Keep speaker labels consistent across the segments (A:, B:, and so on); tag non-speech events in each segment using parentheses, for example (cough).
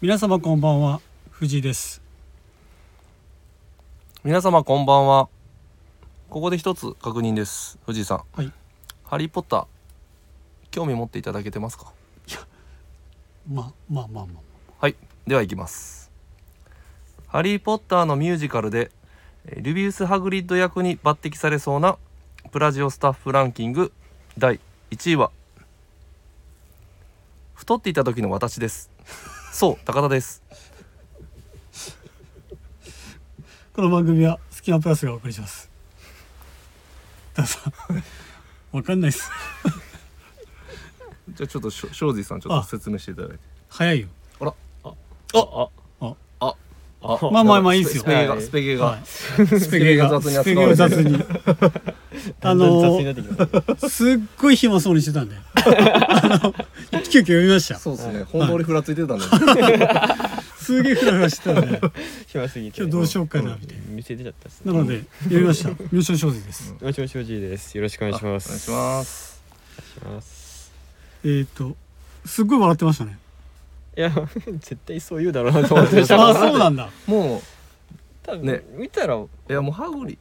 A: 皆様こんばんは藤井です
B: 皆様こんばんはここで一つ確認です藤井さん
A: はい
B: ハリーポッター興味持っていただけてますか
A: まあまあまあまあ
B: はいでは行きますハリーポッターのミュージカルでえールビウス・ハグリッド役に抜擢されそうなプラジオスタッフランキング第1位は太っていた時の私ですそう高田です
A: この番組はスキマプラスがお送りしますたださわかんないです
B: じゃあちょっと庄司さんち
A: ょっと
B: 説明していただいて
A: 早いよ
B: あらあ
C: あ
A: あ
C: ああ
A: まあまあまあいいっすよ
B: スペゲが
C: はい
B: スペゲ
A: は
B: が
A: い (laughs) スペゲがス
B: ス
A: ペ
B: ペ
A: ゲ
B: ゲ
A: が
B: が
A: 雑
B: 雑
A: に
C: (laughs)
A: あ
C: 雑
A: の
C: になってきた
A: すっごい暇そうにしてたんであの急遽読みました
B: そうですね本通りふらついてたんです
A: すげえフラフラしてたん
C: (laughs)
A: で
C: 暇すぎて
A: 今日どうしようかなみたい
C: 店出ちゃったっす
A: ななので読みました入賞正司です
C: もしもしおじいですよろしくお願いしま
B: お願い
C: す
B: します。
C: お願いします
A: えーっとすっごい笑ってましたね
C: いや絶対そう言うだろうなと思って
A: あ
C: ま (laughs) した
A: そうなんだ
B: も
C: 多
B: ね
C: 分見たら
B: ういやもうハグリ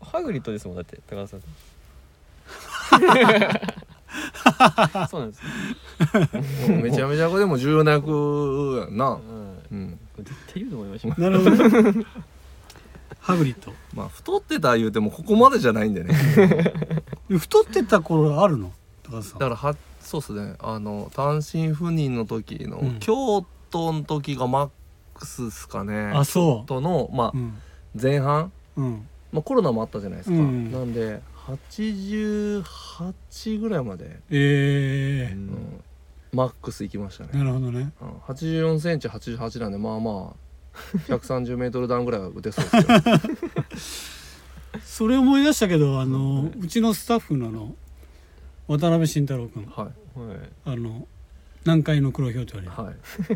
C: ハグリッドですもんだって高田 (laughs) さんそうなんです、
B: もうめちゃめちゃでも重要な役やんな
C: う。ん、
B: うん。
C: 絶対言うと思いました
A: なるほどねハグリッド
B: まあ太ってた言うてもここまでじゃないんでね。
A: で太ってた頃あるの高田さん
B: だからはそうっすね。あの単身赴任の時の、
A: うん
B: 京都の時がマックスっすかね。
A: あそう
B: とのまあ
A: うん
B: 前半、
A: うん
B: まあコロナもあったじゃないですか。
A: うん
B: なんで88ぐらいまで、
A: え
B: うんマックス行きました
A: ー、
B: ね。
A: なるほどね
B: うん84センチ88なんでまあまあ130メートルダウンぐらいは打てそうです
C: (laughs)
B: よ。
A: それ思い出したけどあのうちのスタッフのあの渡辺慎太郎君
B: はい。
C: はい
A: あの南海の黒ひょうと言われる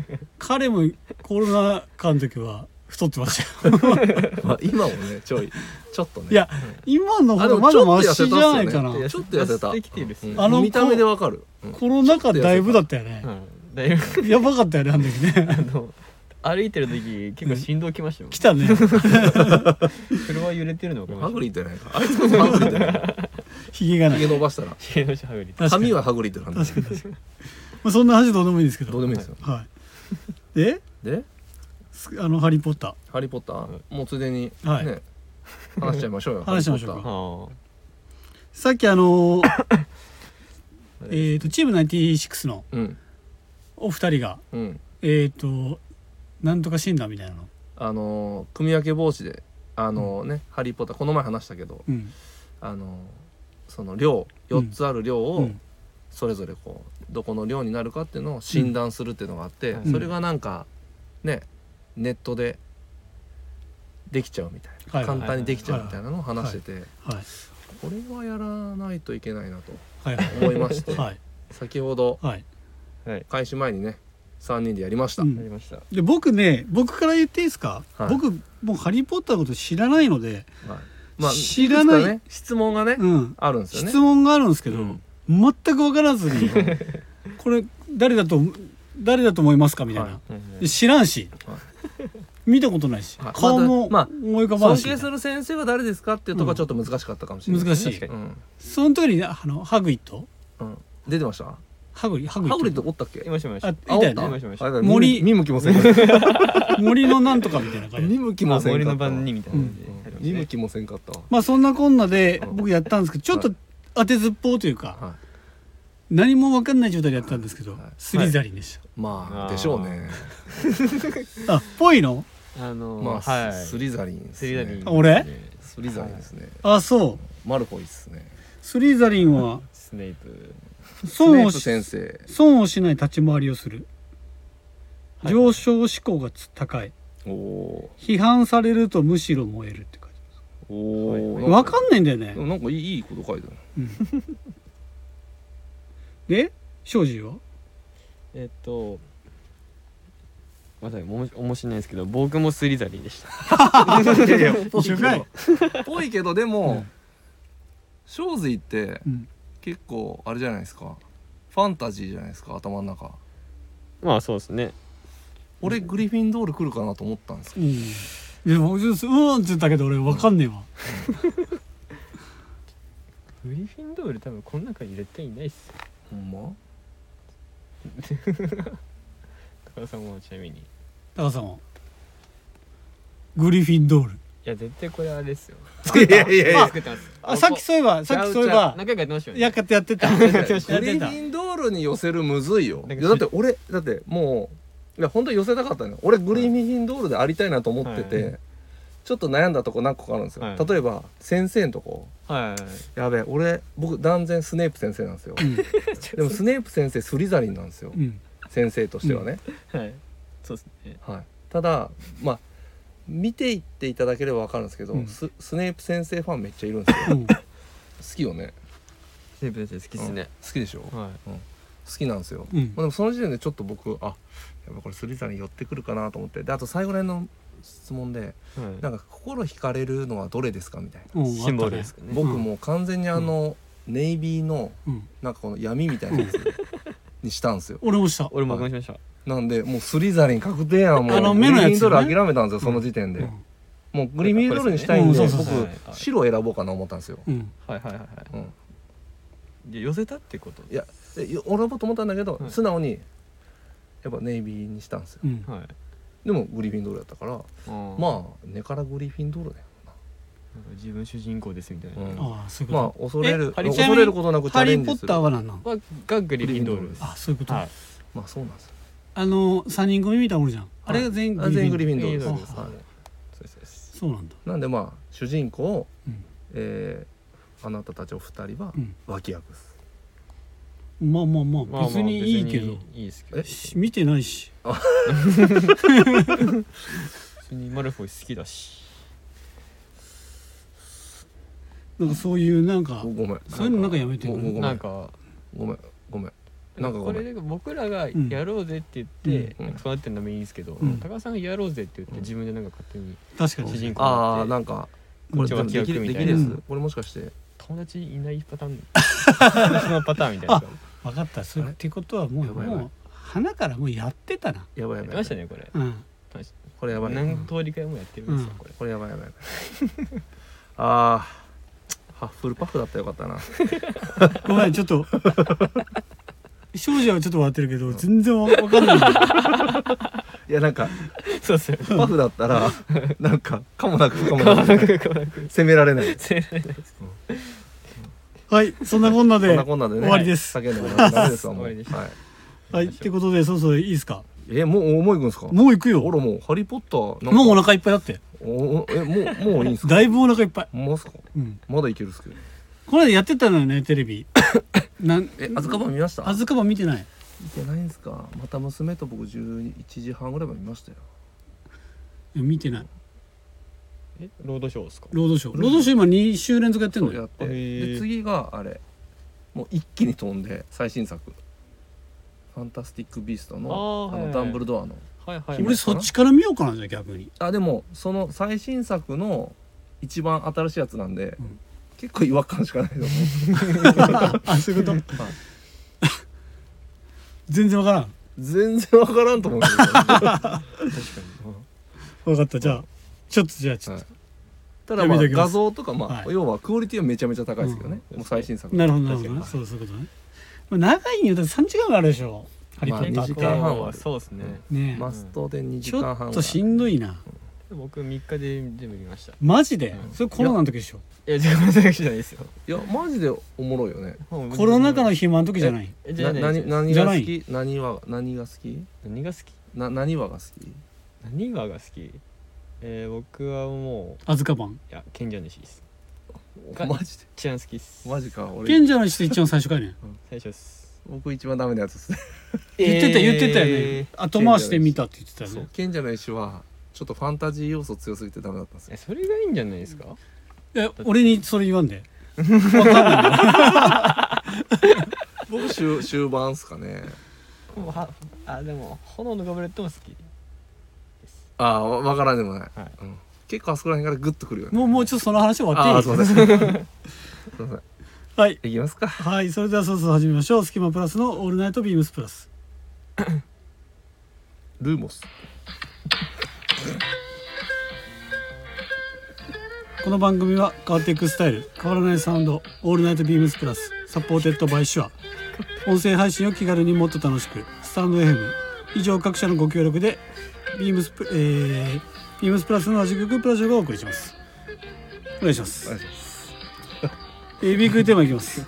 B: はい。
A: 彼もコロナ禍の時は太ってましたよ
B: まあ今もねちょいちょっとね
A: いや今の方
B: あ
A: が
B: でも
A: ま
B: ちょ
A: だ
B: っと
A: マ
B: 痩
A: シ
B: せ
A: じ
B: た
A: ゃないかな
B: っすよねちょっと痩せた
C: 痩せてきてるっすね
B: うん
A: あの
B: 見た目でわかる、うん
A: コロナ禍だいぶだったよね
C: うん、だいぶ
A: やばかったよねあの時ね (laughs)
C: あの歩いてる時結構振動きま (laughs) したよ
A: 来た
B: (laughs)
A: ね
C: 車揺れてるの分か
B: ハ
C: り
B: グ
C: ま
B: リってないかあいつこそハグリってないか
A: ひげがない
B: 髭伸ばしたら
C: したヒゲの下ハグリッド
A: 確かに
B: 髪はハグリってなんで
A: 確かに確かに、まあ、そんな話どうでもいいんですけど
B: どうでもいいですよ、
A: はいで
B: です
A: (coughs) あの「ハリー・ポッタ
B: 「ハリー・ポッター」もうついでにね、
A: はい
B: 話しちゃいましょうよ
A: (laughs) 話しましょうか
B: ハ
C: あ
A: ー」さっきあ
B: (coughs)
A: のーえっとチーム96の
B: リーポッターうん
A: お二人が
B: うん
A: えっ、となんとか死んだみたいなの、
B: あのー組み分け防止であのーね、ハリー・ポッター」この前話したけど
A: うん
B: あのーその量4つある量を、
A: うん
B: それぞれこうどこの量になるかっていうのを診断するっていうのがあって、
C: うん
B: それがなんかねネットでできちゃうみたいな、
A: はいはい
B: 簡単にできちゃうみたいなのを話してて、
A: はい
B: これはやらないといけないなと
A: はいはい
B: 思い
A: (laughs)
B: まして、
A: はい
B: 先ほど
A: はい、
C: はい
B: 開始前にね3人でやりました、
A: う
C: やり
A: ん、
C: ました
A: で僕ね僕から言っていいですか、
B: はい
A: 僕もう「ハリー・ポッター」のこと知らないの
B: (laughs)
A: で、
B: はい
A: 知らない
B: くつかね質問がね、
A: うん、
B: あるんですよね
A: 質問があるんですけど、
B: うん
A: 全く分からず
B: (laughs)
A: にこれ誰だと誰だと思いますかみたいな、
B: は
A: で知らんし、
B: は
A: 見たことないし、
B: はい
A: 顔も
B: まあ
A: 思い浮かばな
B: 尊
A: いし、
B: 敬する先生は誰ですかっていうとこはちょっと難しかったかもしれない、
A: 難しい
C: 確かに
B: うん
A: その時にあのハグイット
B: うん、出てましたハ
A: ハグリハグイ
B: グリッ
A: ッ
B: ド
A: ト
B: おったっけ
C: いましたいました
A: あい
B: あお
A: たよ
B: った
C: い
A: ね
C: ましたいました
B: あだから
A: 森
B: 見向きもせんか
C: (laughs)
B: った
A: 森のなんとかみたいな感じで
B: 見向き
C: ま
B: も
C: あ
B: せんかった
C: 森の番にみたいな感じで
B: うん
C: やりましたね
B: 見向きもせんかったわ
A: まあそんなこんなで
B: うん
A: 僕やったんですけどちょっと
B: は
A: 当てずっぽうというか、
B: は
A: 何も分かんない状態でやったんですけど、
B: はい
A: スリザリンでし
B: いま
C: あ
B: あ
C: ー
B: でしょうね
A: た、あぽいの
C: あの
B: ま
C: は
B: あ
C: い
B: スリザリンです
C: スリ
B: ね
C: ザリン
A: あ俺
B: スリザリンですね
A: あそう
B: マルフォイですね
A: スリザリンは
C: スネイプ
B: スネ
A: 損
B: ー
A: を
B: プ
A: し
B: 先生
A: 損をしない立ち回りをする
C: はい
A: 上昇志向がつ高い
B: おお
A: 批判されるとむしろ燃えるって感
B: ーお
A: じ
B: お
A: 分かんないんだよ
B: でも
A: ね
B: なんかいいいいこと書いてある
A: で庄司は
C: えっとまさにおもおもしないですけど僕もスリザリンでした
B: いやいやぽい
A: 一緒
B: け
A: かい
B: どぽいけどでも正髄って
A: うん
B: 結構あれじゃないですかファンタジーじゃないですか頭の中
C: まあそうですね
B: 俺グリフィンドール来るかなと思ったんですけ
A: うんいやでもうーんって言ったけど俺わかんねえわ
C: グリフィンドール多分この中に絶対いないっすよ
B: どほんま
C: 高田さんもちなみにい
A: 高さんはグリフィンドール
C: や絶対これあれですよ
B: いやいやいや
C: 作ってます
A: あさっきそういえばさっきそういえば
C: 何回かやってましたよね
A: やっかってやってた
B: グ
A: や
B: リフ
A: ってた
B: ィンドールに寄せるむずいよい
C: なんか
B: やだって俺だってもういや本当に寄せたかったのよ俺グリフィンドールでありたいなと思ってて、
C: は
B: ちょっと悩んだとこ何個かあるんですよ、
C: はい
B: 例えば先生のとこ
C: はいはいはい
B: やべえ俺僕断然スネープ先生なんですよ
A: うん
B: でもスネープ先生スリザリンなんですよ
A: うん
B: 先生としてはね、
C: はいそうですね
B: はい、ただまあ見ていっていただければ分かるんですけど、
A: うん
B: ススネープ先生ファンめっちゃいるん
A: (laughs)
B: ですよ
A: うん
B: 好きよね
C: セーブ先生好きっすね
B: うん好きでしょ、好
C: はい
B: きなんですよ、
A: うん
B: まあ、でもその時点でちょっと僕あやっぱこれスリザリン寄ってくるかなと思ってであと最後ら辺の質問で
C: はい
B: なんか心惹かれるのはどれですかみたいな、
A: うん
C: シンボルですかね
B: 僕もう完全にあの、ネイビーの
A: うん
B: なんかこの闇みたいな
A: (laughs)
B: やつにしたんですよ
A: 俺もした
C: 俺も確認しまし
B: なんでもうスリザリン確定やんもう
A: あの目のやつよね
B: グリフィンドール諦めたんですよその時点で、
A: うん
B: もうグリフィンドールにしたいんで
A: うんそうそう
B: 僕
A: そう
C: はい
B: 白を選ぼうかな思ったんですよ、
A: うん
C: たはいはいはいは
B: うん、
C: いで寄せたってこと
B: いやで俺もと思ったんだけど、
C: はい
B: 素直にやっぱネイビーにしたんですよ
A: うん
C: はい
B: でもグリフィンドールだったから
C: まあ
B: まあ根からグリフィンドールだよ
C: 自分主人公ですみたいな
B: うん
A: ああそういう
B: まあ
A: こ
B: 恐れる
C: えハリー
B: 恐れることなく
A: と
B: チャ
A: ハ
B: レ
A: リ
B: ン
A: ー・ポ
B: ジす
A: ッ
B: る
A: ターは何なの
C: はがグリフィンドールです
A: あそういうこと
C: はい
B: まあそうなんですよ
A: あの三人組みたいなのおるじゃんあれが全員
B: あ全員グリ
A: フィン
B: フィンドールです
A: グリフィンドールです
B: はい
C: そうですそうです
A: そうなんだ
B: なんでまあ主人公、
A: うん
B: えーあなたたちお二人は
A: うん
B: 脇役です、
A: まあまあ
C: ま
A: ま
C: あ
A: あ
C: まあ
A: 別にいいけど
C: 別にいいですけど
B: え
A: し見てないし
C: 普通にマルフォイ好きだし
A: なんかそういうなんか
B: ごごめん
A: そういうのなんかやめて
B: ご
A: くれ
B: ごめん
C: なんか
B: ごめんごめんな
C: なんん
B: かご
C: かこ
B: めん
C: れで僕らがやろうぜって言って、
B: うん
C: なんかそうなってんのもいいんですけど、
A: うん
C: 高田さんがやろうぜって言って
B: うん
C: 自分でなんか勝手に
A: 確かに
C: 主人公
B: ああ
C: に
B: な
C: なって
B: んかこれ
C: うん脇
B: で
C: 役
B: きるでき
C: みた
B: る
C: い
B: で
A: な
B: す、これもしかして
C: 友達いないパターンそのパターンみたいな
A: 分かったそれ
B: あれ
A: ってことはも
B: や
A: う
B: ばいやばい
A: もう花からもうやってたな
B: やばい
C: や
B: やば
C: って
B: い
C: ましたねこれ
A: うん
B: これやばい
C: 何通りかもやってるんですよ、
A: うん
C: これ
B: これやばいやばいやばいあーハッフルパフだったらよかったな
A: ごめんちょっと (laughs) 庄司はちょっと笑ってるけど全然わわかんない
B: いやなんか
C: そうっすよ
B: パフだった (laughs) らなんかかもなくかもなく責められない
A: はいそんなこんな
B: そん
A: で
B: なこんなでね
A: 終わりです
B: 叫んでもらダメですわもう
C: 終わりでした
B: はい
A: はいってことでそろそろいいですか
B: えもうもう行くんですか
A: もう行くよ
B: ほらもうハリーポッターなんか
A: もうお腹いっぱいだって
B: おおえもうもういいんすか
A: だいぶお腹いっぱい
B: ほんまっすか
A: うん
B: まだいけるっすけど
A: この間やってたのよねテレ
B: (laughs)
A: ビなん
B: えあずかば見ました
A: あずかば見てない
B: 見てないんすかまた娘と僕11時半ぐらいまで見ましたよ
A: いや見てない
C: (laughs) えロードショーですか
A: ロードショーロードショー今2週連続やってん
B: そ
A: の
B: うや
A: よ
B: って
C: へー
B: で次があれもう一気に飛んで最新作「ファンタスティック・ビーストの」
C: あー
B: あ
C: はいは
B: の
C: い
B: ダンブルドアの
C: はいは
B: 見
C: い
A: 俺
B: ました
A: そっちから見ようかなじゃあ逆に
B: あでもその最新作の一番新しいやつなんで、
A: うん
B: 結構違和感しかないと思う
A: あそういうこと
B: はい
A: 全然わからん
B: 全然わからんと思
A: (laughs)
B: うけど、
A: 分かったじゃあちょっとじゃあちょっ
B: はい
A: と、
B: ただ、まあ、
A: じゃあ見ておきま
B: 画
A: す
B: 像とか、まあ
A: はい
B: 要はクオリティはめちゃめちゃ高いですけどね、
C: うん
B: もう最新作
A: なるほどなるほど
B: 確
A: ね
B: か
A: そうそういうことねまあ長いんよだって3時間があるでしょ「ハリー・
B: ま
A: ポ
B: あ
A: ッター」っ
B: 二時
A: て、
B: 間半は
C: そうですね、
B: に
A: ね
B: マストで2時
A: ちょ
B: 間半
A: っとしんどいな
C: 僕3日で全部見ましたい
A: マジで、
C: うん
A: それコロナの時でしょ
C: や自分だけじゃないですよ (laughs)
B: いやマジでおもろいよね
A: コロナ禍の
C: 日
A: 暇の時じゃない
C: じ
B: な
C: ゃない
B: 何
C: 何
B: 何
A: じ
B: が
A: ゃな
B: 好
A: い
B: き何は何が好き
C: 何が好き
B: な何話が好き
C: 何がが好きえー、僕はも
A: あずかばん
C: ういや賢者主です
B: おマジで
C: 一番好きっす
B: マジか俺
A: 賢者の石と一番最初かい
B: (laughs)
A: ね
C: 最初っす
B: 僕一番ダメなやつですね
A: 言ってた言ってたよね、後回して見たって言ってたよ
B: そう
A: ね
B: 賢者の石はちょっとファンタジー要素強すぎてダメだったんですよ
C: えそれがいいんじゃないですか
A: え俺にそれ言わんで
B: 僕終終盤っすかね
C: もうはあでも炎のガブレットも好きです
B: ああわわからんでもない、
C: はい
B: うん、結構あそこら辺からグッとくるよね
A: もう (laughs) もうちょっとその話終わっていい
B: ああーすいませんすいません
A: はい
B: いきますか
A: はいそれではそろそろ始めましょう「スキマプラス」の「オールナイトビームスプラス」
B: ルーモス
A: この番組は変わっていくスタイル変わらないサウンドオールナイトビームスプラスサポーテッドバイシュア音声配信を気軽にもっと楽しくスタンド FM 以上各社のご協力でビームスプ、えー、ビームスプラスのラジオ局プラジオがお送りしますお願いします
B: します
A: えー、ビークリーテーマいきます、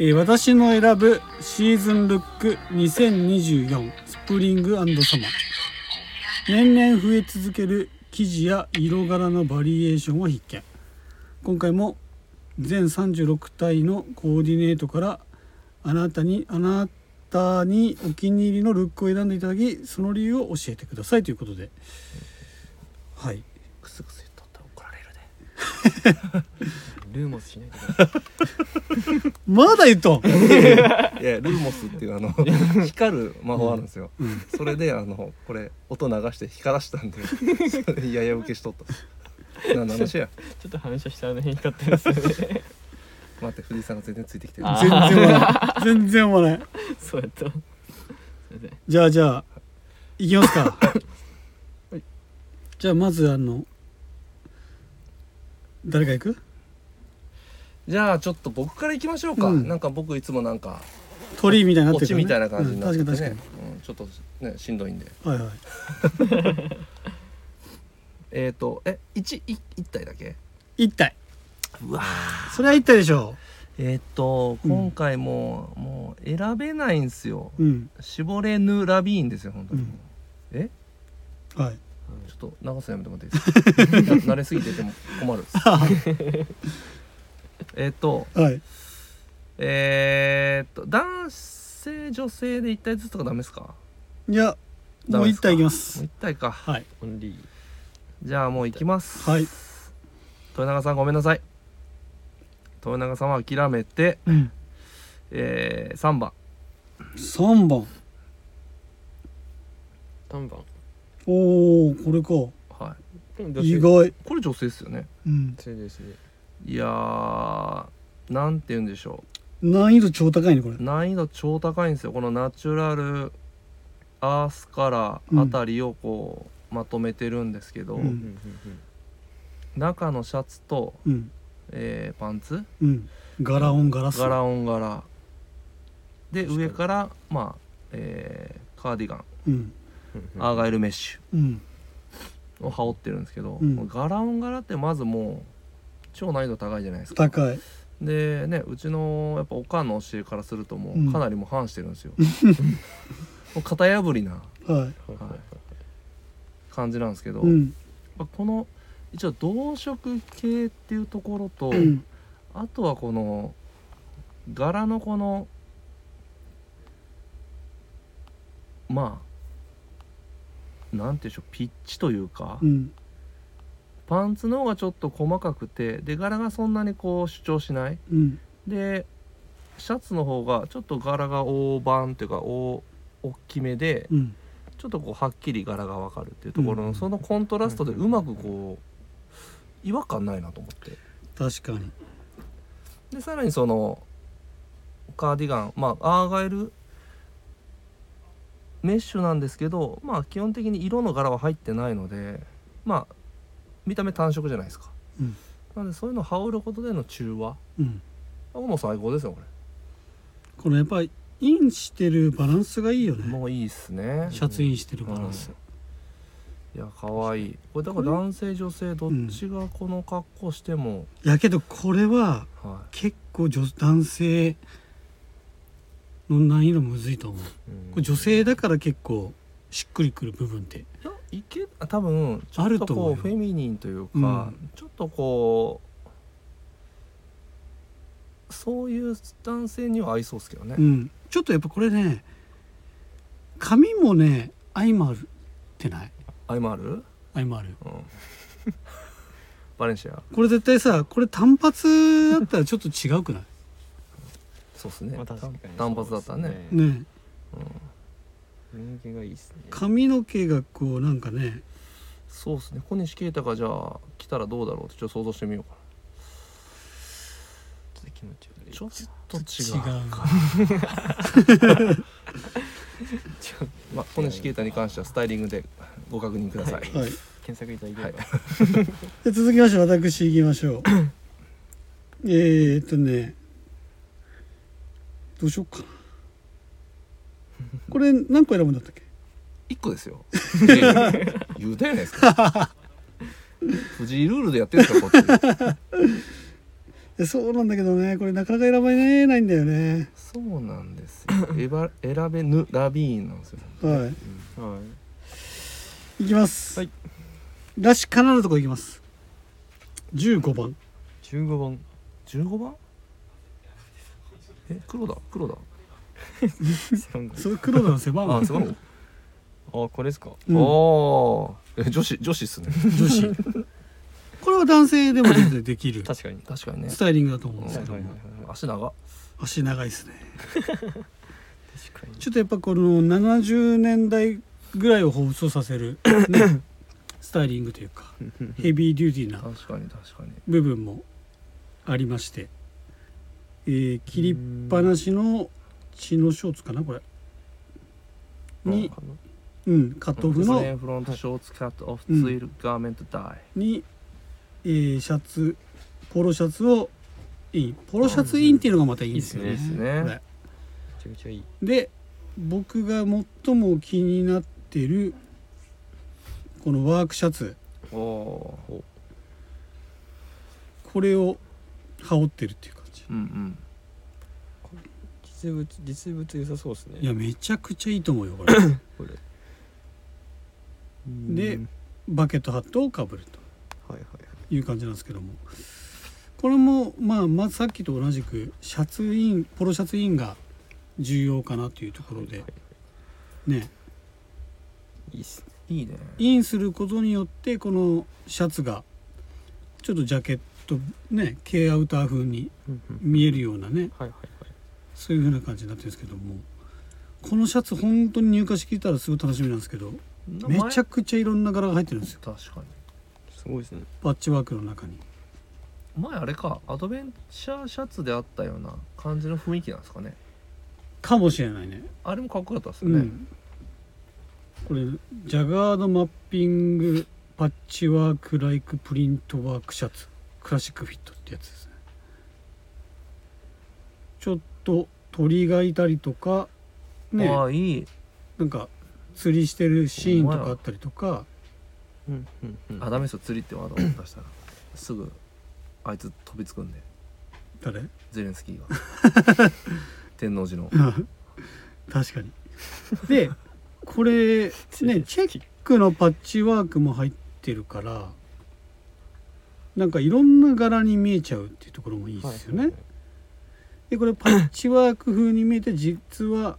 A: えー私の選ぶシーズンルック2024スプリングサマー年々増え続ける生地や色柄のバリエーションを必見今回も全36体のコーディネートからあなたにあなたにお気に入りのルックを選んでいただきその理由を教えてくださいということではい
B: クスクス言っとったら怒られるで
C: (laughs) ルーモスしないでください
A: まだ言っとん
B: いやルーモスっていう
A: (laughs)
B: あの光る魔法あるんですよ、それであのこれ音流して光らした
A: (laughs)
B: んでそれやや受けしとったっす何の話や
C: ちょっと反射したあの辺光ってますよね
B: 待って藤井さんが全然ついてきてる
C: あ
A: 全然笑えん全然笑えん
C: (laughs) そうやった (laughs) すいません
A: じゃあじゃあ行きますか、じゃあまずあの誰が行く
B: じゃあちょっと僕から行きましょうか、
A: うん
B: なんか僕いつもなんか
A: 鳥みたいになっ
B: 落
A: て
B: ち
A: る
B: み
A: か
B: たい
A: ら
B: な感じになって
A: う
B: て
A: ん
B: ね、
A: 確かに確
B: うんちょっとねしんどいんで
A: かにはいはい
B: えっ、ー、とえ一一一体だけ
A: 一体
B: うわ
A: それは一体でしょ
B: えっ、と
A: うん
B: 今回も、うもう選べないんですよ
A: ううん
B: 絞れぬラビーンですよ本当に、
A: うん
B: え
A: はい
B: ちょっと長さやめてもらっていいです
A: (laughs)
B: かな慣れすぎてても困るっすえっと
A: はい
B: えー、っと男性女性で一体ずつとかダメですか
A: じゃあもう一体行きます
B: もう一体か
A: はい
C: オンリー
B: じゃあもう行きます
A: はい
B: 豊永さんごめんなさい豊永さんは諦めて、
A: うん
B: えー、3番
A: 三番
C: 短番
A: おおこれか
B: は
A: 意外
B: いこれ女性ですよね
A: うん
C: そうですね
B: いやーなんて言うんでしょ
A: 難易度超高いねこれ
B: う難易度超高いんですよこのナチュラルアースカラ
A: うん
B: ーあたりをこう、まとめてるんですけど、
A: う
C: うん
A: ん
B: 中のシャツと、
A: うん
B: えーパンツ
A: うんガラオンガラス
B: 柄オン柄で
C: 確かに
B: 上からまあ、えーカーディガン
A: うん
B: アーガイルメッシ
A: う
B: ュ
A: ん
B: を羽織ってるんですけど、
A: うん
B: 柄音柄ってまずもう超難易度高いじゃないですか
A: 高い
B: でねうちのやっぱおかんの教えからするとも
A: うん
B: うかなりもう反してるん
A: (laughs)
B: ですよ、もう型破りな
A: は
B: 感じなんですけど、
A: いうん
B: まあこの一応同色系っていうところと、
A: うん
B: あとはこの柄のこのまあなんていうんでしょうピッチというか、
A: うん
B: パンツの方がちょっと細かくてで柄がそんなにこう主張しない
A: うん
B: でシャツの方がちょっと柄が大判というか大大きめで
A: うん
B: ちょっとこうはっきり柄が分かるっていうところの、
A: うん
B: そのコントラストでうまくこう違和感ないなと思って
A: 確かに
B: でさらにそのカーディガンまあアーガイルメッシュなんですけどまあ基本的に色の柄は入ってないのでまあ見た目単色じゃないですか、
A: うん
B: なのでそういうのを羽織ることでの中和
A: うん
B: あもう最高ですよこ
A: このやっぱりインしてるバランスがいいよ
B: れ
A: ね
B: もういいっすね
A: シャツインしてるバランス、
B: いや可愛いこれだから男性女性どっちがこの格好しても、
A: いやけどこれは
B: は
A: 結構女男性の難易度むずいと思うこれ女性だから結構しっくりくる部分って
B: いいやいけあ多分ちょ
A: ある
B: っ
A: と
B: と
A: 思う
B: こ
A: よ
B: うフェミニンというか、
A: うん
B: ちょっとこうそういう男性には合いそうですけどね、
A: うんちょっとやっぱこれね髪もね相まるってない
B: 合いもあ (laughs) る、
A: 相まる
B: うん、バレンシア
A: これ絶対さこれ単発だったらちょっと違うくない
B: そうっすね,
C: まあ
B: 単、
C: 確かに
B: 単発だったらね
C: ね
A: ねえ
C: 人気がいいっすね
A: 髪の毛がこうなんかね
B: そうっすね小西啓太がじゃあ来たらどうだろうってちょっと想像してみようか
C: ちょっと気持ち悪
B: ないちょっと違う
A: 違う
B: まあ、小西啓太に関してはスタイリングでご確認ください。
A: はい
C: 検索いただければ、
A: で続きまして私行きまし
C: (coughs)
A: ょうえーっとねどうしようかなこれ何個選ぶんだったっけ
B: 一個ですよ。 (laughs) 言うたやないですか。藤井ルールでやってるんですか、こっち。
A: えそうなんだけどねこれなかなか選ばれないんだよね
B: そうなんですよ。エバ選べぬラビーンなんですよ。
A: は
C: はい
A: い行きます、
C: はい
A: らしからぬとこ行きます15番
C: 15番
B: 十五番。え、黒だ、黒だ。
C: なんか
A: それ黒田の背番号
B: あ、すごい。あ
C: あこれですか
A: うん
B: あ、え女子、女子っすね。
A: 女子
C: (laughs)
A: これは男性でも全然できる
C: 確かに
B: 確かにね
A: ス。タイリングだと思うんです
C: は
A: け
C: い
A: ど
C: はいはい
A: も
C: はい
B: 足長。
A: 足長いですね
C: 確かに
A: ちょっとやっぱこの70年代ぐらいを放送させる、ね (coughs) スタイリングというかヘビーデューティーな
B: 確かに、確かに。
A: 部分もありまして、えー切りっぱなしの血のショーツかなこれに、うん、カットオフの
B: フロントショーツカットオフツイルガーメントダイ。
A: に、えーシャツポロシャツをインポロシャツインっていうのがまたいいんですよね。
C: いいっす
B: ねいいっすね
A: これ
C: めちゃくちゃいい
A: で僕が最も気になってるこのワークシャツ
B: おおー。
A: これを羽織ってるっていう感じ
B: うんうん。
C: 実物実物良さそうですね
A: いやめちゃくちゃいいと思うよこれ
C: これ
A: で
C: うん
A: (coughs) バケットハットをかぶると
C: はいはい
A: いう感じなんですけどもこれも、まあ、まずさっきと同じくシャツインポロシャツインが重要かなというところで、ね、
C: いいっすね
B: いいね。
A: インすることによってこのシャツがちょっとジャケットね軽アウター風に
C: うんうん
A: 見えるようなね
C: はいはい
A: そういう風な感じになってるんですけどもこのシャツ本当に入荷してきたらすごい楽しみなんですけどめちゃくちゃいろんな柄が入ってるんですよ
B: 確かに。
C: すごいですね
A: パッチワークの中に
B: 前あれかアドベンチャーシャツであったような感じの雰囲気なんですかね
A: かもしれないね
B: あれもかっこよかったです
A: う
B: よね、
A: んこれジャガードマッピングパッチワークライクプリントワークシャツクラシックフィットってやつですねちょっと鳥がいたりとかね
B: ああいい
A: なんか釣りしてるシーンとかあったりとか
C: うんうんうん
B: あダメですよ釣りってワードを出したらすぐあいつ飛びつくんで
A: 誰
B: ゼレンスキーが
A: (laughs)
B: 天王寺の
A: 確かにでこれ
C: (laughs)
A: ねチェックのパッチワークも入ってるからなんかいろんな柄に見えちゃうっていうところもいいですよね、
C: はいはい
A: でこれパッチワーク風に見えて実は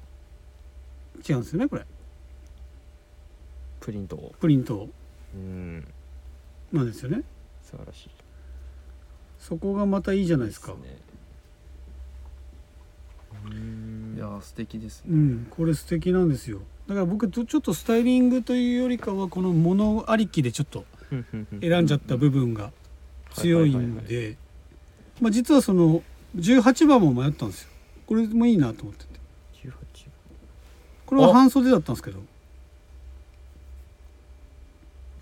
A: 違うんですよねこれ
C: プリントを
A: プリント
C: うん
A: なんですよね
C: 素晴らしい
A: そこがまたいいじゃないですか
C: いいっねうん
B: いやー素敵です
A: う
B: ね、
A: んこれ素敵なんですよだから僕ちょっとスタイリングというよりかはこの物ありきでちょっと
C: うんうんうん
A: 選んじゃった部分が強いんでまあ実はその18番も迷ったんですよこれもいいなと思ってて
C: 18
A: これは半袖だったんですけど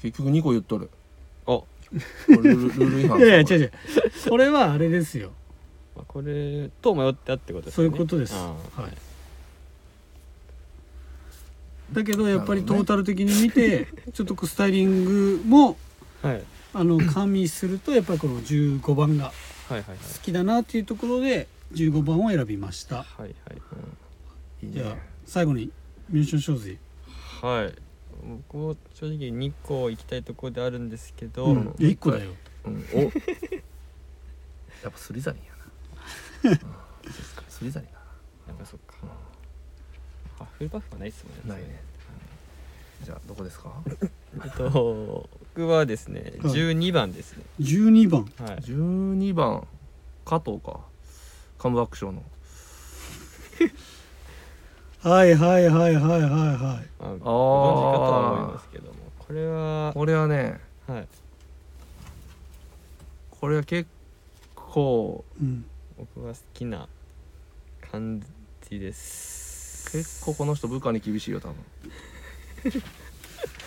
B: 結局2個言っ
A: (laughs)
B: とる
C: あ
B: これルールルール違反
A: いやいや違う
B: う
A: 違うこれはあれですよ
C: まあこれと迷ったってことです
A: そう
C: ね
A: いうことです、
C: あ
A: はいだけどやっぱりトータル的に見てちょっとこうスタイリングも
C: ーはい
A: あの加味するとやっぱりこの15番が
C: はいはいはい
A: 好きだなっていうところで15番を選びました
C: はいはい
B: いい
A: じゃあ
B: ね
A: 最後にミュージシャン正髄
C: はい僕も正直2個行きたいところであるんですけど、
A: うんいや1個だよ
B: うん、おやっぱスリザリン
A: (laughs)
B: やな、うんスリザリンだ
C: やっぱそっかあフルバッフはないですもんね
B: なないねじゃあどこですか
C: えっと僕はですね
A: はい
C: 12番ですね
A: 12番
C: はい
B: 12番加藤かカムバック賞の
A: はいはいはいはいはいは
C: まあ同じかとは思いま
B: あ
C: すけどもこれは
B: あこれはね
C: はい
B: これは結構
A: い、うん、
C: 僕は好きな感じです
B: 結構この人部下に厳しいよ多分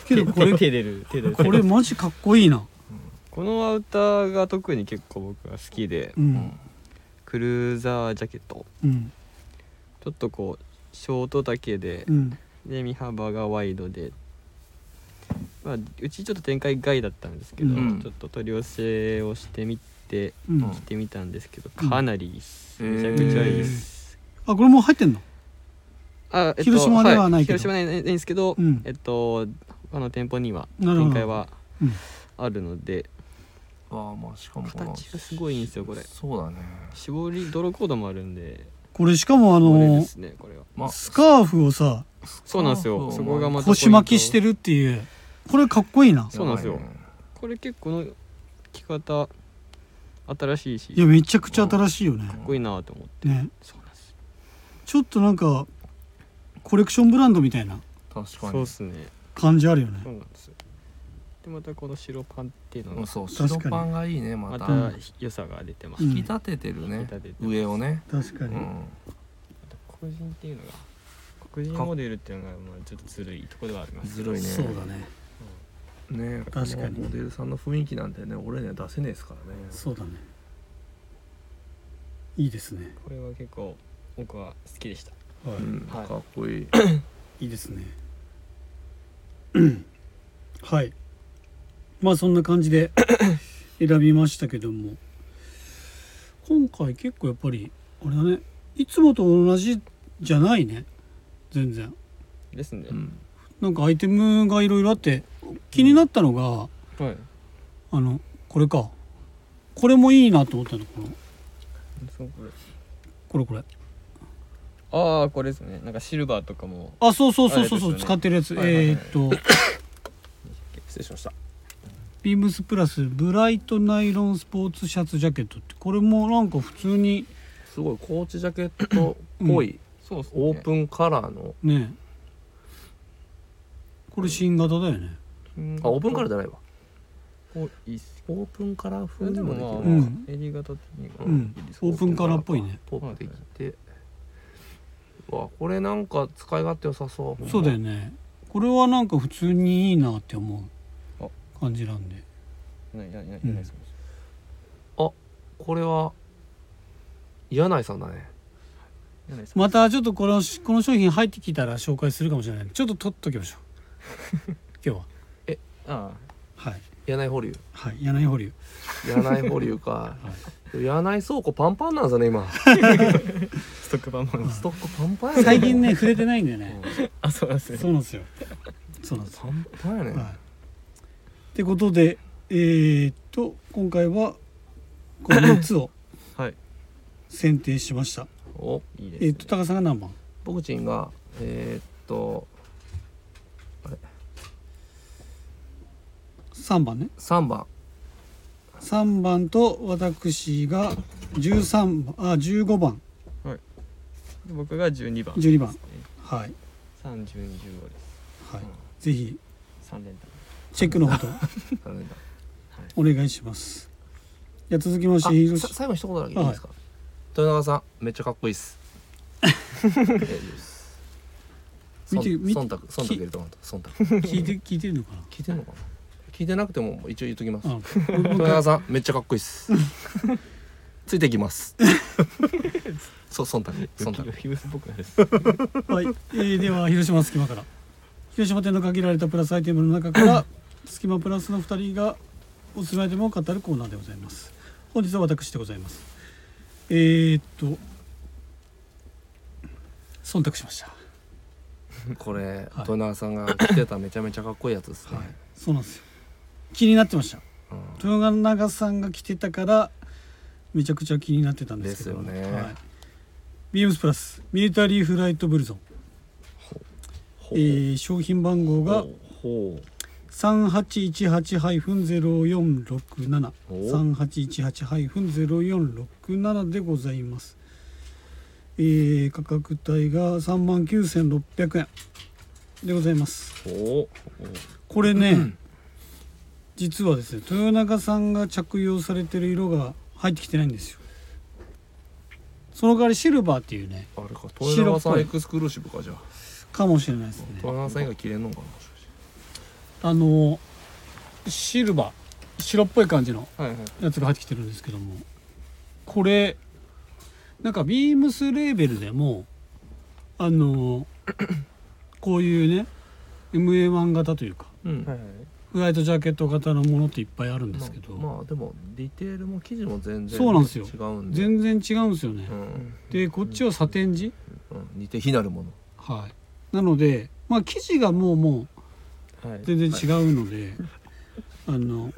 A: けどこ
D: 手
A: れ
D: 手出る手出る
A: これマジかっこいい
C: (laughs)
A: な
C: このアウターが特に結構僕は好きで
A: う
B: うんん
C: クルーザージャケット
A: うん
C: ちょっとこうショート丈で
A: うん
C: で身幅がワイドで、まあ、うちちょっと展開外だったんですけど、
B: うん
C: ちょっと取り寄せをしてみて
A: うん
B: うん
C: 着てみたんですけど
A: うん
C: かなりいいっす、
B: うん
C: めちゃくちゃいいっす、
A: あこれもう入ってんの
C: あえっと
A: 広島ではないけど
C: い広島ではないんですけど、
A: うん
C: えっと他の店舗には
A: なるほど
C: 展開は
A: うん
C: あるので
B: ああまあしかもこの
C: 形がすごいいいんですよこれ
B: そうだね
C: 絞り泥コードもあるんで
A: これしかもあ
C: これ
A: の
C: ですねこれは
B: まあ
A: スカーフをさ
C: そうなんですよ
B: スカ
C: そ
B: ーフを
C: こがまた
A: 腰巻きして
C: る
A: るっていうこれかっこいいな
C: そうなんですよ
B: やばいね
C: これ結構この着方新しいし
A: いやめちゃくちゃ新しいよね
C: かっこいいなと思って
A: ね
C: そうなんです
A: ちょっとなんかコレクションブランドみたいな
B: 確かに
C: そうっすね
A: 感じあるよね
C: そうなんですでまたこの白パンっていうの
B: うん
C: が
B: そう
A: 確か
B: 白
A: に
B: パンがいいねま
C: ま
B: た
C: た良さが出てます
A: うん
B: 引き立ててる
C: 引
B: ね
C: き立ててます
B: 上をね
A: 確か
B: う
A: に、
B: ん
C: 黒人っていうのが黒人モデルっていうのがまあちょっとずるいとこではあります
B: ずるいね
A: そうだね
B: ね
A: 確かに
B: モデルさんの雰囲気なんてね俺には出せねえですからね
A: そうだねいいですね、
C: これは結構僕は好きでした
A: は
B: う
A: い
B: ん
C: はい
B: かっこいい
A: いいですね (clears throat) はいまあそんな感じで (clears throat) 選びましたけども今回結構やっぱりあれだねいつもと同じじゃないね全然
C: ですね、
B: うん
A: なんかアイテムがいろいろあって気になったのが、
C: はい
A: あのこれかこれもいいなと思ったのこの
C: そうこれ
A: これこれ
C: ああこれですねなんかシルバーとかも
A: あそうそうそうそうそう、
C: あれですよね
A: 使ってるやつ、
C: はいはいはい
A: えーっと
C: 失礼しました
A: ビームスプラスブライトナイロンスポーツシャツジャケットってこれもなんか普通に
B: すごいコーチジャケットっぽい
C: そうですね
B: オープンカラーの
A: ねこれ新型だよね
C: ン
B: あオープンカラーじゃないわ
C: おいいっす
B: オープンカラー風
C: で
B: にも
C: も
B: でき
C: まあ、
B: る
A: う
B: ね
A: ん
C: 襟型的には
A: うん
C: いいです
A: オープンカラーっぽいね
B: ポップできてわこれなんか使い勝手良さそう
A: そうだよねこれはなんか普通にいいなって思
C: あ
A: う感じなんで
C: ないないない
A: うん
C: ないです
B: これは柳井さんだね
C: ないです
A: またちょっとこのこの商品入ってきたら紹介するかもしれないちょっと取っときましょ
C: (laughs)
A: う今日
C: あ
A: ははい
B: 柳井保留
A: はい柳保留
B: 柳井保留か、柳井倉庫パンパンなんですよね今
C: あストックバーマン
B: ストックパンパンやね
A: 最近ね触れてないんだよね
C: あそうなんですね
A: そうなんですよそうなんです
B: パンパンやね、
A: はい。ってことでえーっと今回はこの3つを
C: はい
A: 選定しました。
B: お
C: い (coughs) いです
A: え
C: ね
A: ーっと高さんが何番？
B: ボクチンがえーっと
A: 3番ね。
B: 3番
A: 3番と私が13番あ15番
C: で僕が12番
A: 12番
C: ですね
A: はいはい。
C: 3 1 2 5です
A: ぜひ
C: 3連単
A: チェックのほど
B: 誰だ
A: お願いします。
C: (laughs)
A: じゃあ続きまして
B: あ
A: 広
B: さ
A: し
B: 最後に一言だけいいですか、豊永さんめっちゃかっこいいっ (laughs) す大丈夫です
A: 見て
B: そん
A: 見て
B: 忖度忖度入れとかんと忖度
A: 聞いて聞いてるのかな
B: 聞いてんのかな聞いてなくても一応言っと
C: (laughs)
B: きます
A: あ
B: 豊永さんめっちゃかっこいいっすついてきます (laughs) そう忖度忖度
C: ヒブスっぽくないです
A: はい、えーでは広島隙間から広島店の限られたプラスアイテムの中
B: (clears throat)
A: から隙間プラスの2人がおすすめアイテムを語るコーナーでございます本日は私でございますえー、っと忖度しました
B: これ、豊永さんが着てためちゃめちゃかっこいいやつですね、
A: はいそうなんですよ気になってました
B: うん
A: 豊永さんが着てたからめちゃくちゃ気になってたんですけども
B: ですよね
A: はい、ビームスプラスミリタリーフライトブルゾン、
B: ほ
A: え
B: う
A: ー商品番号が
B: ほう
A: 三八一八ハイフンゼロ四六七三八一八ハイフンゼロ四六七でございます。えー、価格帯が三万九千六百円でございます。
B: ほう
A: これね、実はですね、豊永さんが着用されてる色が入ってきてないんですよ。その代わりシルバーっていうね
B: あれか豊永
A: 白
B: さ
A: っぽ
B: ん
A: い
B: エクスクルーシブかじゃあ
A: かもしれないですね
B: 豊永さん以外着れんのかなもしかし
A: あのシルバー白っぽい感じの
B: てはいはい
A: やつが入ってきてるんですけどもこれなんかビームスレーベルでもあのこういうね MA1 型というか
B: うん
C: はいはい
A: フライトジャケット型のものっていっぱいあるんですけど、
B: まあ、まあでもディテールも生地も全然
A: そうなんですよ
B: 違うんで
A: 全然違うんですよね、
B: うん
A: でこっちはサテン地、
B: うん、似て非なるもの
A: はいなのでまあ生地がもうも
C: は
A: う
C: い
A: 全然違うので、あの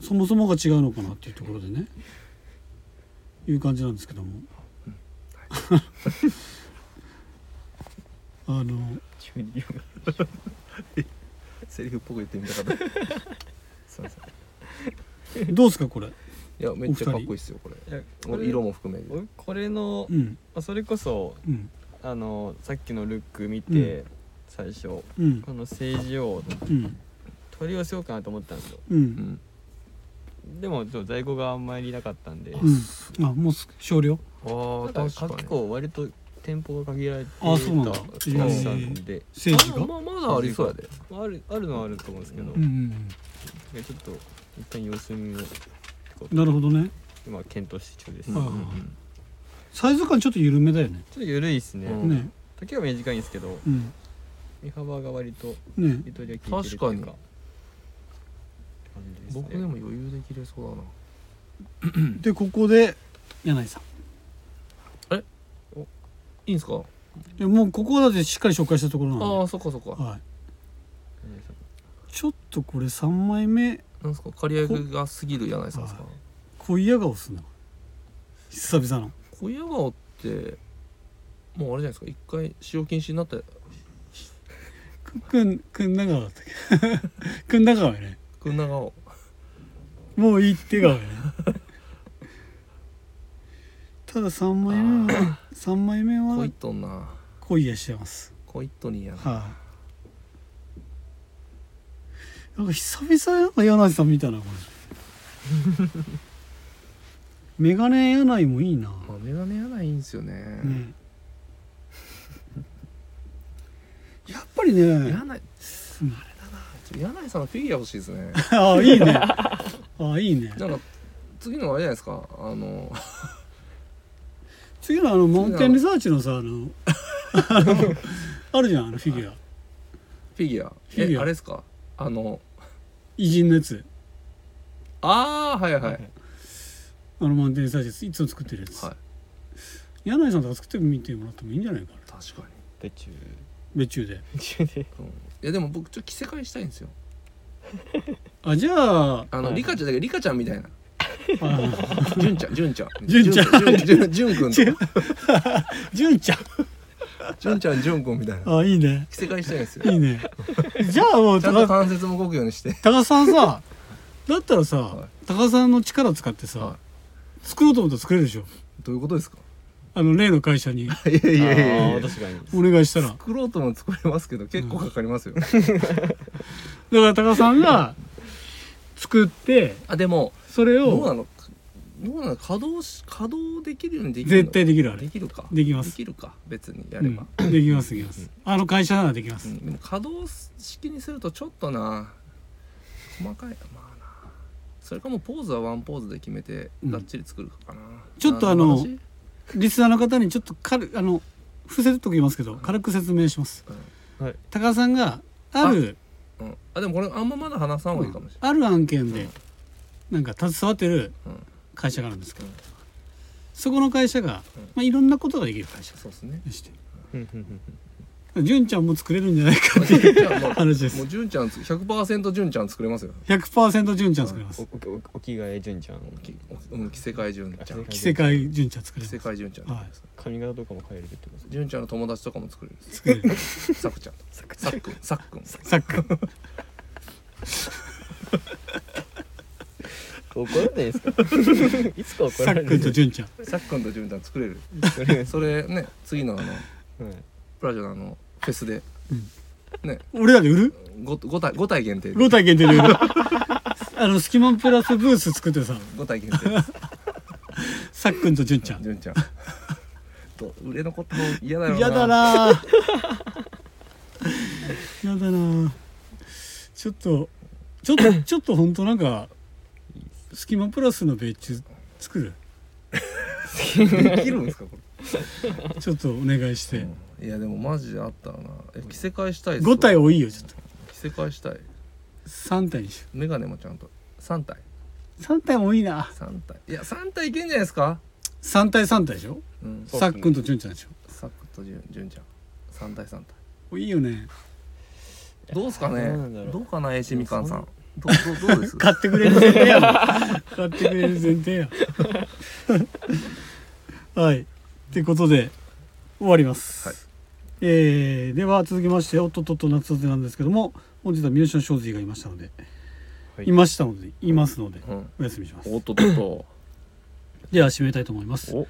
A: そもそもが違うのかなっていうところでねいう感じなんですけども、あの
D: 急に
B: セリフっぽく言ってみたかった (laughs) すいません
A: どうですかこれ
B: いやめっちゃかっこいいっすよこれ
D: いや
B: これ色も含めて
D: 俺これの
A: う、ん
D: まあ、それこそ
A: うん
D: あのさっきのルック見て、最初
A: うん
D: この政治を
A: うん
D: 取り寄せようかなと思ったんですよ
A: う
B: うんん
D: でもちょっと在庫があんまりなかったんで、
A: うんあもう少量
B: あ
D: なん
B: あ
D: か
B: 確か
D: 結
B: に
D: 構割と店舗が限られていた
A: あそうなんだ
D: 気がしたんで、
A: 政治が、
B: まあまあまだありそうやで
D: まああるあるのはあると思うんですけど、
A: うんうん
D: でちょっと一旦様子見を
A: うんなるほどね
D: 今検討中です、
A: う
D: ち
A: ん
D: ょっ
A: サイズ感ちょっと緩めだよね
D: と緩いですね、
B: うん
A: ね
D: 丈は短いんですけど
A: うん
D: 身幅が割と
A: ね
D: ゆとりが効いてるっていうか感じですね
B: 僕でも余裕で着れそうだな
A: でここで柳井さん
B: いいんすか
A: いやもうここはだってしっかり紹介したところなんで
B: ああそっかそっか
A: はい、ちょっとこれ3枚目
B: なんすか刈り上げが過ぎる柳井さんですか
A: は恋や顔すんの久々の
B: 小屋川ってもうあれじゃないですか一回使用禁止になった
A: くくんくんな川だったっけ (laughs) くんな川やね
B: くんな顔
A: もういいって川やねただ3枚目は3枚目
B: こい
A: は
B: っとんな
A: 恋やしてます
B: こいっとにやな
A: はい、なんか久々なんか柳井さん見たなこ
B: (laughs)
A: れメガネ柳井もいいな、
B: まあメガネ柳井いいんすよね
A: ねやっぱりね
B: 柳井ちょ柳井さんのフィギュア欲しいですね
A: ああいいね (laughs) ああいいね
B: なんか次のあれじゃないですかあの
A: 次のあのマウンテンリサーチのさあのあのあるじゃんあのフィギュア
B: フィギュア
A: フィギュ
B: え
A: ア
B: あれですかあの
A: 偉人のやつ
B: ああはいはい、はい
A: あのマウンテンリサーチですいつも作ってるやつ、柳井さんとか作ってみてもらってもいいんじゃないかな
B: 確かに、
D: 別注
A: 別注で
D: 別注で
B: うん、いやでも僕ちょっと着せ替えしたいんですよ
A: あじゃあ
B: あの、
D: はい
B: リカちゃんだけどリカちゃんみたいな
A: (laughs) あ
B: 純ちゃん純ちゃん
A: 純ちゃん
B: 純純君
A: 純純ちゃん
B: 純ちゃん純君みたいな
A: ああいいね
B: 着せ替えしたい
A: (laughs)
B: んですよ
A: いいねじゃあもう
B: ちゃんと
A: 高
B: 関節も動くようにして
A: 高さんさだったらさ、
B: はい
A: 高さんの力使ってさ、
B: は
A: 作ろうと思ったら作れるでしょ
B: どういうことですか
A: あの例の会社に
B: いやい
D: い
B: やいやいや
D: あー確かに
A: お願いしたらだか
B: 作ろうとも作れますけど結構かかりますよ、
A: ら高さんが作って
B: あでも
A: それ
B: どうな
A: を
B: のどうなの稼働し稼働できるようにできるの
A: 絶対できるあれ
B: できるか
A: できます
B: できるか別にや
A: う
B: れ
A: ん
B: ば、
A: できますできますあの会社ならできま
B: う
A: す
B: んでも可動式にするとちょっとな細かいまあなそれかもうポーズはワンポーズで決めて
A: うん
B: がっちり作るかな、
A: ちょっとあの
B: 何話
A: リスナーの方にちょっと軽くあの伏せときますけど軽く説明します
C: うんはい
A: 高さんがある
B: うん、あでもこれあんままだ話さん方がいいかもしれ
A: ある案件
B: う
A: で
B: ん
A: なんか携わってる
B: ない、うん
A: 会社があるんですけど
B: うん
A: そこの会社が
B: うん
A: まあいろんなことができる会社
B: そうです
A: (laughs)
B: ね
A: でして
C: うんうんうん
A: 純ちゃんも作れるんじゃないか
B: まあ純ちゃんもう
A: 話で
B: も
A: す
B: う純ちゃんつ100%純ちゃん作れますよ
A: 100%純ちゃん作れます
D: おおおお着替え純ちゃん
B: きうん着せ替え純ちゃん
D: 着
A: 着せ替え純ちゃん作
B: 着
A: れ
B: せ
A: ます
B: 替え純ちゃんで
A: はい
B: す
D: 髪型とかも変えれるってことですね
B: 純ちゃんの友達とかも
A: (laughs)
B: 作れるんです
A: 作れる
B: さくちゃんとさっくんさっくん
A: サッカー
D: 怒らないです
C: (laughs)
D: かいつか怒
A: サ
D: られ
A: ック
D: る
A: ンと純ちゃん
B: さっくんと純ちゃん作れる
D: それ
B: それね次のあの
D: はい
B: プラジオのあのフェスで
A: 俺らで売る
B: ごご体5体限定で
A: 5体限定で売る (laughs) あのスキマンプラスブース作ってさ
B: 5体限定です
A: さっくんと純ちゃん
B: 純ちゃん (laughs) と売れ残った方嫌だろうな
A: 嫌だなぁ嫌だなぁちょっとちょっとちょっとほんとなんか「スキマプラス」の別注作る
D: できるんですかこ
A: ちょっとお願いし
D: れ、
A: て
B: いやでもマジであったらなえ着せ替えしたいっすわ
A: 5体多いよちょっと
B: 着せ替えしたい
A: 3体にしよ
B: メガネもちゃんと3体
A: う3体多いな
B: 3体いや3体いけんじゃないですか
A: 3体3体でしょ
B: うん
D: そうっすね
A: さっくんとじゅんちゃんでし
B: サクッとじゅんじゅんちゃん3対3対
A: ょいいよね
B: どうっすか
C: ど
B: ね
C: うなんだろう
B: どうかな AC みかんさんどうどう
A: (laughs)
B: どうです
A: 買ってくれる前提や (laughs) 買ってくれる前提や (laughs) はいってことで終わります、
B: はい
A: えーでは続きましておっとっとっと夏風なんですけども本日はミュージシャン庄司がいましたので、
C: はい
A: い、ましたのでいますので
B: うん
A: お休みします
C: おっとっとっと
A: では締めたいと思います
C: お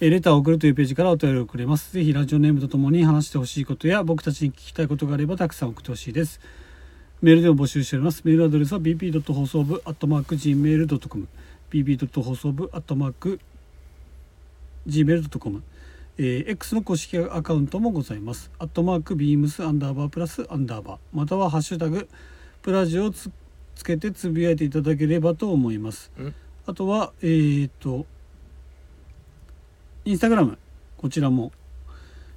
A: えーレターを送るというページからお便りをくれます。ぜひラジオネームとともに話してほしいことや僕たちに聞きたいことがあればたくさん送ってほしいです。メールでも募集しております。メールアドレスは bp. 放送部 .gmail.com bp. 放送部 .gmail.com えー X の公式アカウントもございます。アットマークビームスアンダーバープラスアンダーバーまたはハッシュタグプラジオをつつけてつぶやいていただければと思います
B: ん。
A: あとは、えー、と、インスタグラムこちらも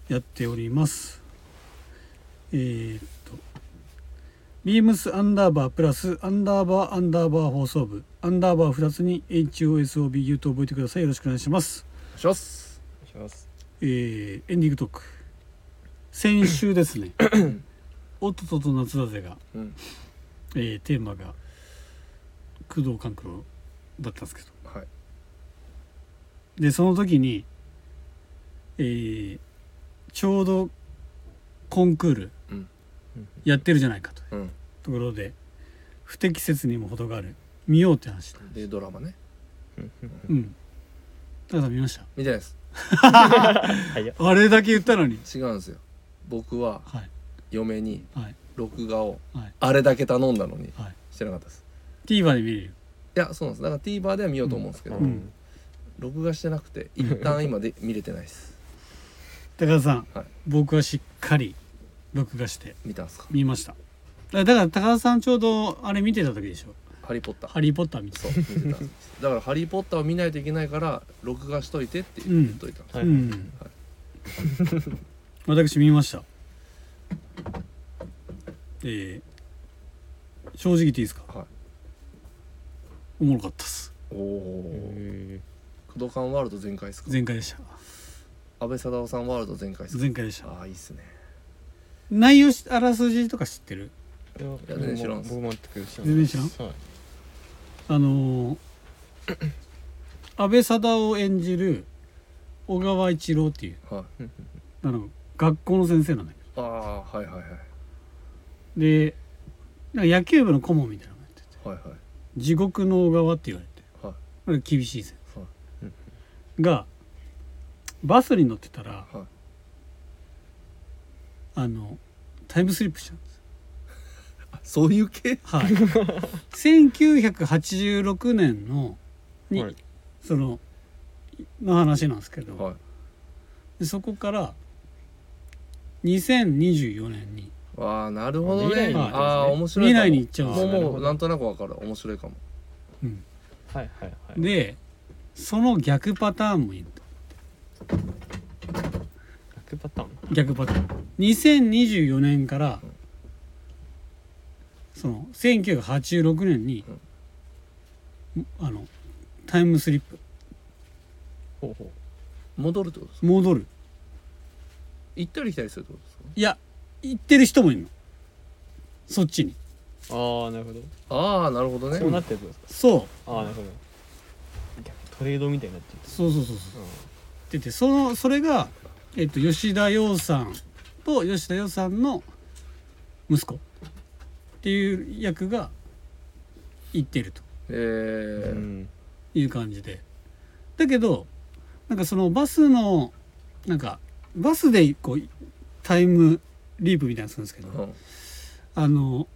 A: やっておりますえーっとビームスアンダーバープラスアンダーバーアンダーバー放送部アンダーバープラスに HOSOBU と覚えてくださいよろしくお願いします
B: しょっす
C: します
A: えーエンディングトーク先週です
B: (coughs)
A: ねおっとっとっと夏だぜが、
B: うん
A: えーテーマが工藤官九郎だったんですけど
B: はい
A: でその時に、えーちょうどコンクール
B: うん
A: やってるじゃないかと
B: うん
A: ところで不適切にも程がある見ようって話だ
B: でドラマね
A: うん高田さん見ました
B: 見てないです
A: あれだけ言ったのに
B: 違うんですよ僕は
A: はい
B: 嫁に
A: はい
B: 録画を
A: はい
B: あれだけ頼んだのに
A: はい
B: してなかったです
A: TVer で見れるよ
B: いやそうなんですだから TVer では見ようと思うんですけど
A: うんうん
B: 録画してなくて一旦今で見れてないです
A: 高田さん、
B: はい
A: 僕はしっかり録画して
B: 見たんすか
A: 見ましただだから高田さんちょうどあれ見てた時でしょ
B: 「ハリー・ポッ
A: 「
B: ター
A: ハリー・ポッター」見」て
B: そう見てたんですだから「ハリー・ポッター」を見ないといけないから録画しといてって言っといたんです
C: は
A: た、
C: い
A: うん、私見ましたえー、正直言っていいですか
B: はい
A: おもろかったっす
B: おお
C: へ
B: 工藤館ワールド全開ですか
A: 全開でした
B: 安倍貞夫さんワールド全開ですか
A: 全開でした
B: ああいいっすね
A: 内容しあらすじとか知ってる
C: ーいや
B: 全然知らん
C: 僕も全く知ら
A: 全然知らん
C: はい
A: あのー安倍貞夫演じる小川一郎っていう
B: はい
A: あの学校の先生なんだけ
B: ああはいはいはい
A: どでなんか野球部の顧問みたいなのやってて
B: はいはい
A: 地獄の小川って言われて
B: はい
A: これ厳しい先
B: は
A: 生がバスに乗ってたら
B: はい
A: あのタイムスリップしちゃうんです
B: あそういう系
A: はい
B: (laughs)
A: 1986年のに、
C: はい
A: そのの話なんですけど、
B: はい
A: でそこから2024年に
B: ああなるほどね
C: 未来に行くんですね
B: ああ面白い
A: 未
B: かも
A: 来に行っちゃうんです
B: も
A: よ
B: う
C: なる
B: も
C: ほ
B: う
C: ど
B: なんとなくわかる面白いかも
C: はいはいはい
A: でその逆パターンもいる
C: 逆パターン
A: 逆パターン2024年からその1986年に、あのタイムスリップ
C: ほうほ
B: 戻るってことですか
A: 戻る
B: 行ったり来たりするってことですか
A: いや行ってる人もいるのそっちに
C: うああなるほど
B: ああなるほどね
C: そうなってるってことですか
A: そう
C: ああなるほど逆トレードみたいになってる
A: そうそうそうそうっててそのそれが、えっと吉田羊さんと吉田羊さんの息子っていう役が行ってると
B: え
C: う
B: ー
C: ん
A: いう感じでだけどなんかそのバスのなんかバスでこうタイムリープみたいなのするんですけど
B: うん
A: あの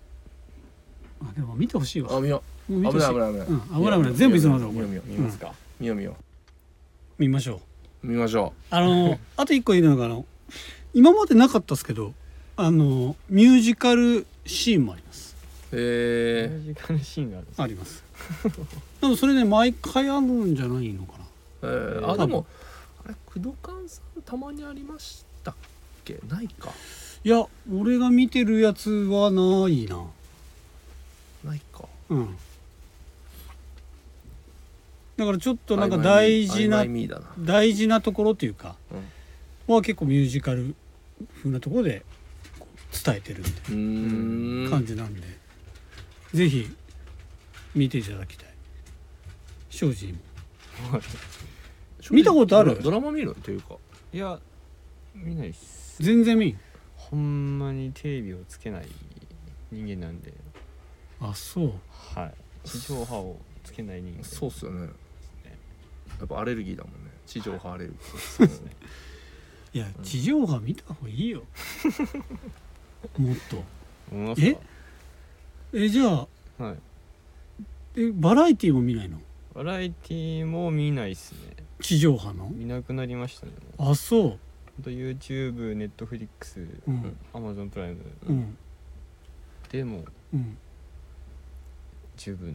A: あでも見てほしいわ
B: あ
A: も
B: 見よ
A: う
B: う
A: 見て
B: 危
A: ほし
B: ない危ない危ない
A: うん危ない危ない全部いつまでも
B: 見よう見よう
C: 見ますか
B: 見よう見よう
C: 見ますか
B: 見
A: 見ましょ
B: よう見よう
A: う
B: 見ましょ
A: あのあと一個いいのがあの今までなかったですけどあのミュージカルシーンもあります
B: う
C: ミ
B: え
C: ュージカルシーンがあるんです
A: あります
B: (laughs)
A: でもそれね毎回あるんじゃないのかな
B: ー、えー、あでもあれ工藤館さんたまにありましたっけないか
A: いや俺が見てるやつはないな
B: ないか
A: うんだからちょっとなんか大事な
B: 曖昧だな
A: 大事なところというか、は結構ミュージカル風なところでこう伝えてるみたいうな
B: ー
A: 感
B: ん
A: じなんで、ぜひ見ていただきたい庄司も見たことある
B: ドラマ見るっていうか
C: いや見ないっす
A: 全然見ん
C: ほんまにテレビをつけない人間なんで
A: あそう
C: はい地上波をつけない人間
B: そうっすよねやっぱアレルギーだもんね地上波アレルギ
C: そうですね
A: いや地上波見た方がいいよ (laughs) もっと
C: 思いますか
A: えじゃあ
C: はい
A: えバラエティーも見ないの
C: バラエティも見ないっすね
A: 地上波の
C: 見なくなりましたね
A: あそ
C: ほんと YouTube、Netflix、
A: ううん
C: Amazon プライム
A: うん
C: でも
A: うん
C: 十分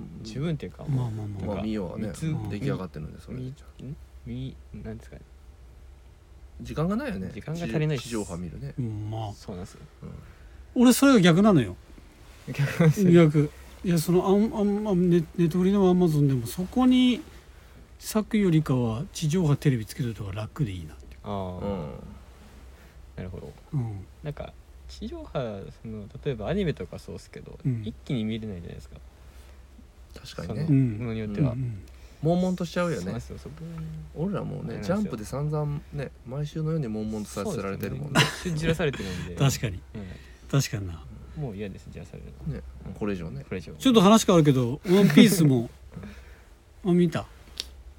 B: ー
C: 十分っていうか、
A: まあまあまあ
B: まあ見ようはね
C: 三つ
B: 出来上がってるんでそれ
C: みみなんですかね
B: 時間がないよね
C: 時間が足りないっす
B: 地上波見るね
A: うんまあ
C: そうなんですよ
A: 俺それが逆なのよ
C: 逆なんですよ
A: 逆いやそのあんあんあんネネットフリでもアマゾンでもそこに咲くよりかは地上波テレビつけといた方が楽でいいなってい
C: あ
B: う
C: あ、
B: ん
C: なるほど
A: う、うん、
C: なんか地上波その例えばアニメとかそうですけど、
A: うん
C: 一気に見れないじゃないですか
B: 確か
C: そ
B: に
A: う
B: ね
C: の
A: ん
C: ものによって
A: うんう
C: は、
A: ん
B: 悶々としちゃうよ
C: そうなん
B: ね
C: ですよそこ
B: 俺らもう
C: そうなん
B: ね
C: です
B: ジャ
C: よ
B: ンプで散々ね毎週のように悶々とさせられてるもんね
C: そうですよじらされてるんで
A: 確かに
C: に、
A: 確かにな
C: うんもう嫌ですじらされるの
B: ねこれ以上ね
C: これ以上
A: ちょっと話変わるけど「ワンピースも (laughs) あ見た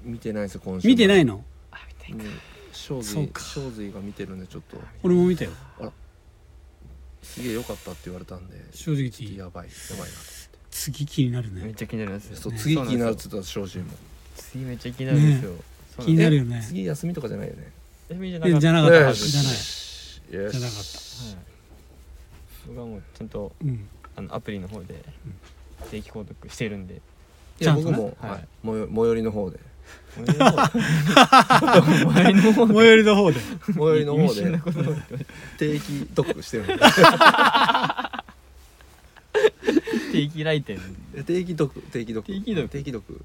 B: 見てないですよ今週
A: 見てないの
C: あみたい
B: うん
C: な
A: そ
B: 正
A: う
B: 髄
A: か
B: 正髄が見てるんでちょっと
A: 俺も見たよ
B: すげえ良かったって言われたんでち
A: 正直言って
B: ょっ
A: い
B: と
A: い
B: やばいやばいな
A: 次気になる
C: めっ
A: ね
C: ちゃ気になるんです
B: とそ
C: よ
B: う次気になるっつったら正髄も
C: 次めっちゃ気になるんですよ、そう
A: 気に
C: んです
A: なるよね
B: 次休みとかじゃないよね
C: 休みじゃな
A: え
C: かっ
A: じ
C: た
A: ゃなかった
B: よ
A: は
B: し
A: ずじゃない
B: よし
A: じゃなかった
C: はい、僕はもうちゃんと (laughs)
A: うん
C: あのアプリの方で定期購読してるんで
B: い
A: ちゃ
B: や
A: んと
B: 僕
A: ね
B: も、は
C: はいい、
B: 最寄最寄りの方 (laughs) で
C: 俺の方前の方
A: 最寄りの方で
B: 最寄りの
C: 意
B: 方
C: 味深
B: で
C: なことを言ってまし
B: 定期読してるんで
C: た定期来店
B: 定期読定期読
C: 定期読
B: 定期読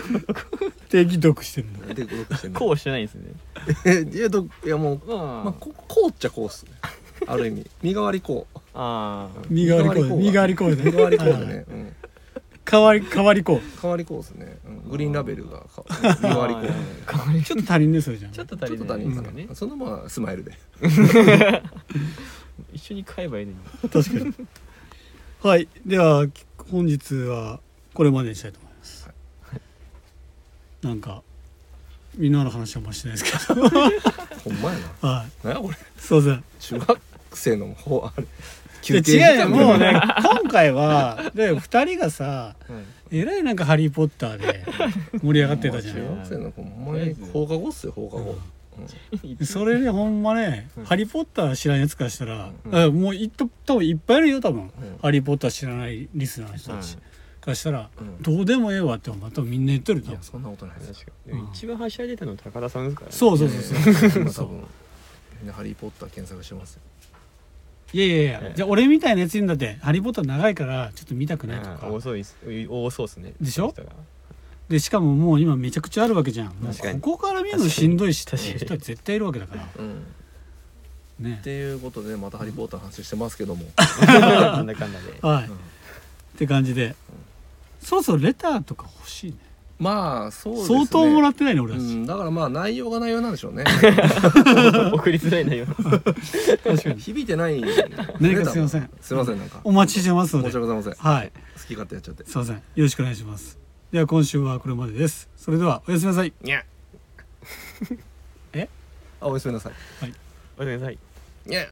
C: (laughs)
A: 定期読してるんだ
B: 定期読してるんで
C: こうしてないですね
B: えいやどいやもう、
C: ま
B: まあ、ここうっちゃこうっすねある意味身代わりこう
C: ああ
A: 身代わりこう身代
B: 身代
A: わりこうで
B: 身代わりこうだ
A: はい
B: ね、うん、
A: 代わり代わりこう
B: 代わりこうっすね、うん、グリーンラベルが
A: (laughs)
B: か身代わりこうだね
A: ちょっと足りんねそれじゃん
C: ちょっと
B: ちょ
C: 足
B: っ
C: り
B: と
C: な
B: 足り
C: いで
B: ん
C: す
B: か
C: か
B: な、
C: ね
B: そのまあスマイルで
C: 一緒に買えばいいのに
A: 確かにはいでは本日はこれまでにしたいと思います、
B: は
A: なんかみんなの話はあんましてないですけど
B: ほんまやな
A: はい
B: 何やこれ
A: すいません
B: 中学生のほうあれ
A: いや違うよ
B: 時間
A: もうね今回はで2人がさえらいなんか「ハリー・ポッター」で盛り上がってたじゃ
B: 中
A: ん
B: 学生の子ほんまに放課後っすよ放課後、
A: それでほんまね「
C: うん
A: ハリー・ポッター」知らんやつからしたら、
C: うん
A: あもういっと多分いっぱいいるよ多分
B: うん
A: 「ハリー・ポッター」知らないリスナーの人たちからしたら
B: う
A: 「
B: ん
A: どうでもええわ」ってまたみんな言ってる
B: い
A: と
B: やそんなことないですよ
A: うん
C: 一番はしゃいでたの高田さんですからね
A: そうそうそうそう
B: そう多分みんなハリー・ポッター検索してますよ
A: いやいやい
C: え
A: や、
C: え
A: じゃあ俺みたいなやつにだって「ハリー・ポッター」長いからちょっと見たくないと
C: あ
A: か
C: ー多そうです多そうですね
A: でしょ
C: そういう人が
A: でしかももう今めちゃくちゃあるわけじゃんもう
C: 確かに
A: ここから見るのしんどいしって
C: 確かに
A: いう人は絶対いるわけだから
B: うん
A: ね
B: っていうことでまたハリー・ポッターの話してますけども
A: (laughs)
C: なんだかんだで
A: はい、
B: う
A: っ
B: ん
A: て感じでそろそろレターとか欲しいね
B: まあそうですね
A: 相当もら
B: っ
A: ってないね俺
B: う
A: たち
B: んだからまあ内容が内容なんでしょうね
A: (laughs)
C: 送りづらい内容
A: 確かに
B: 響いてない
A: 何
B: 何
A: かすいません
B: すいませんなんか
A: お待ちしてますの
B: 申し
A: で
B: 訳ございません好
A: はい
B: き勝手やっちゃって
A: すいませんよろしくお願いしますでは今週はこれまでですそれではおやすみなさい
B: にゃ
A: え
B: あおやすみなさい
C: おやすみなさい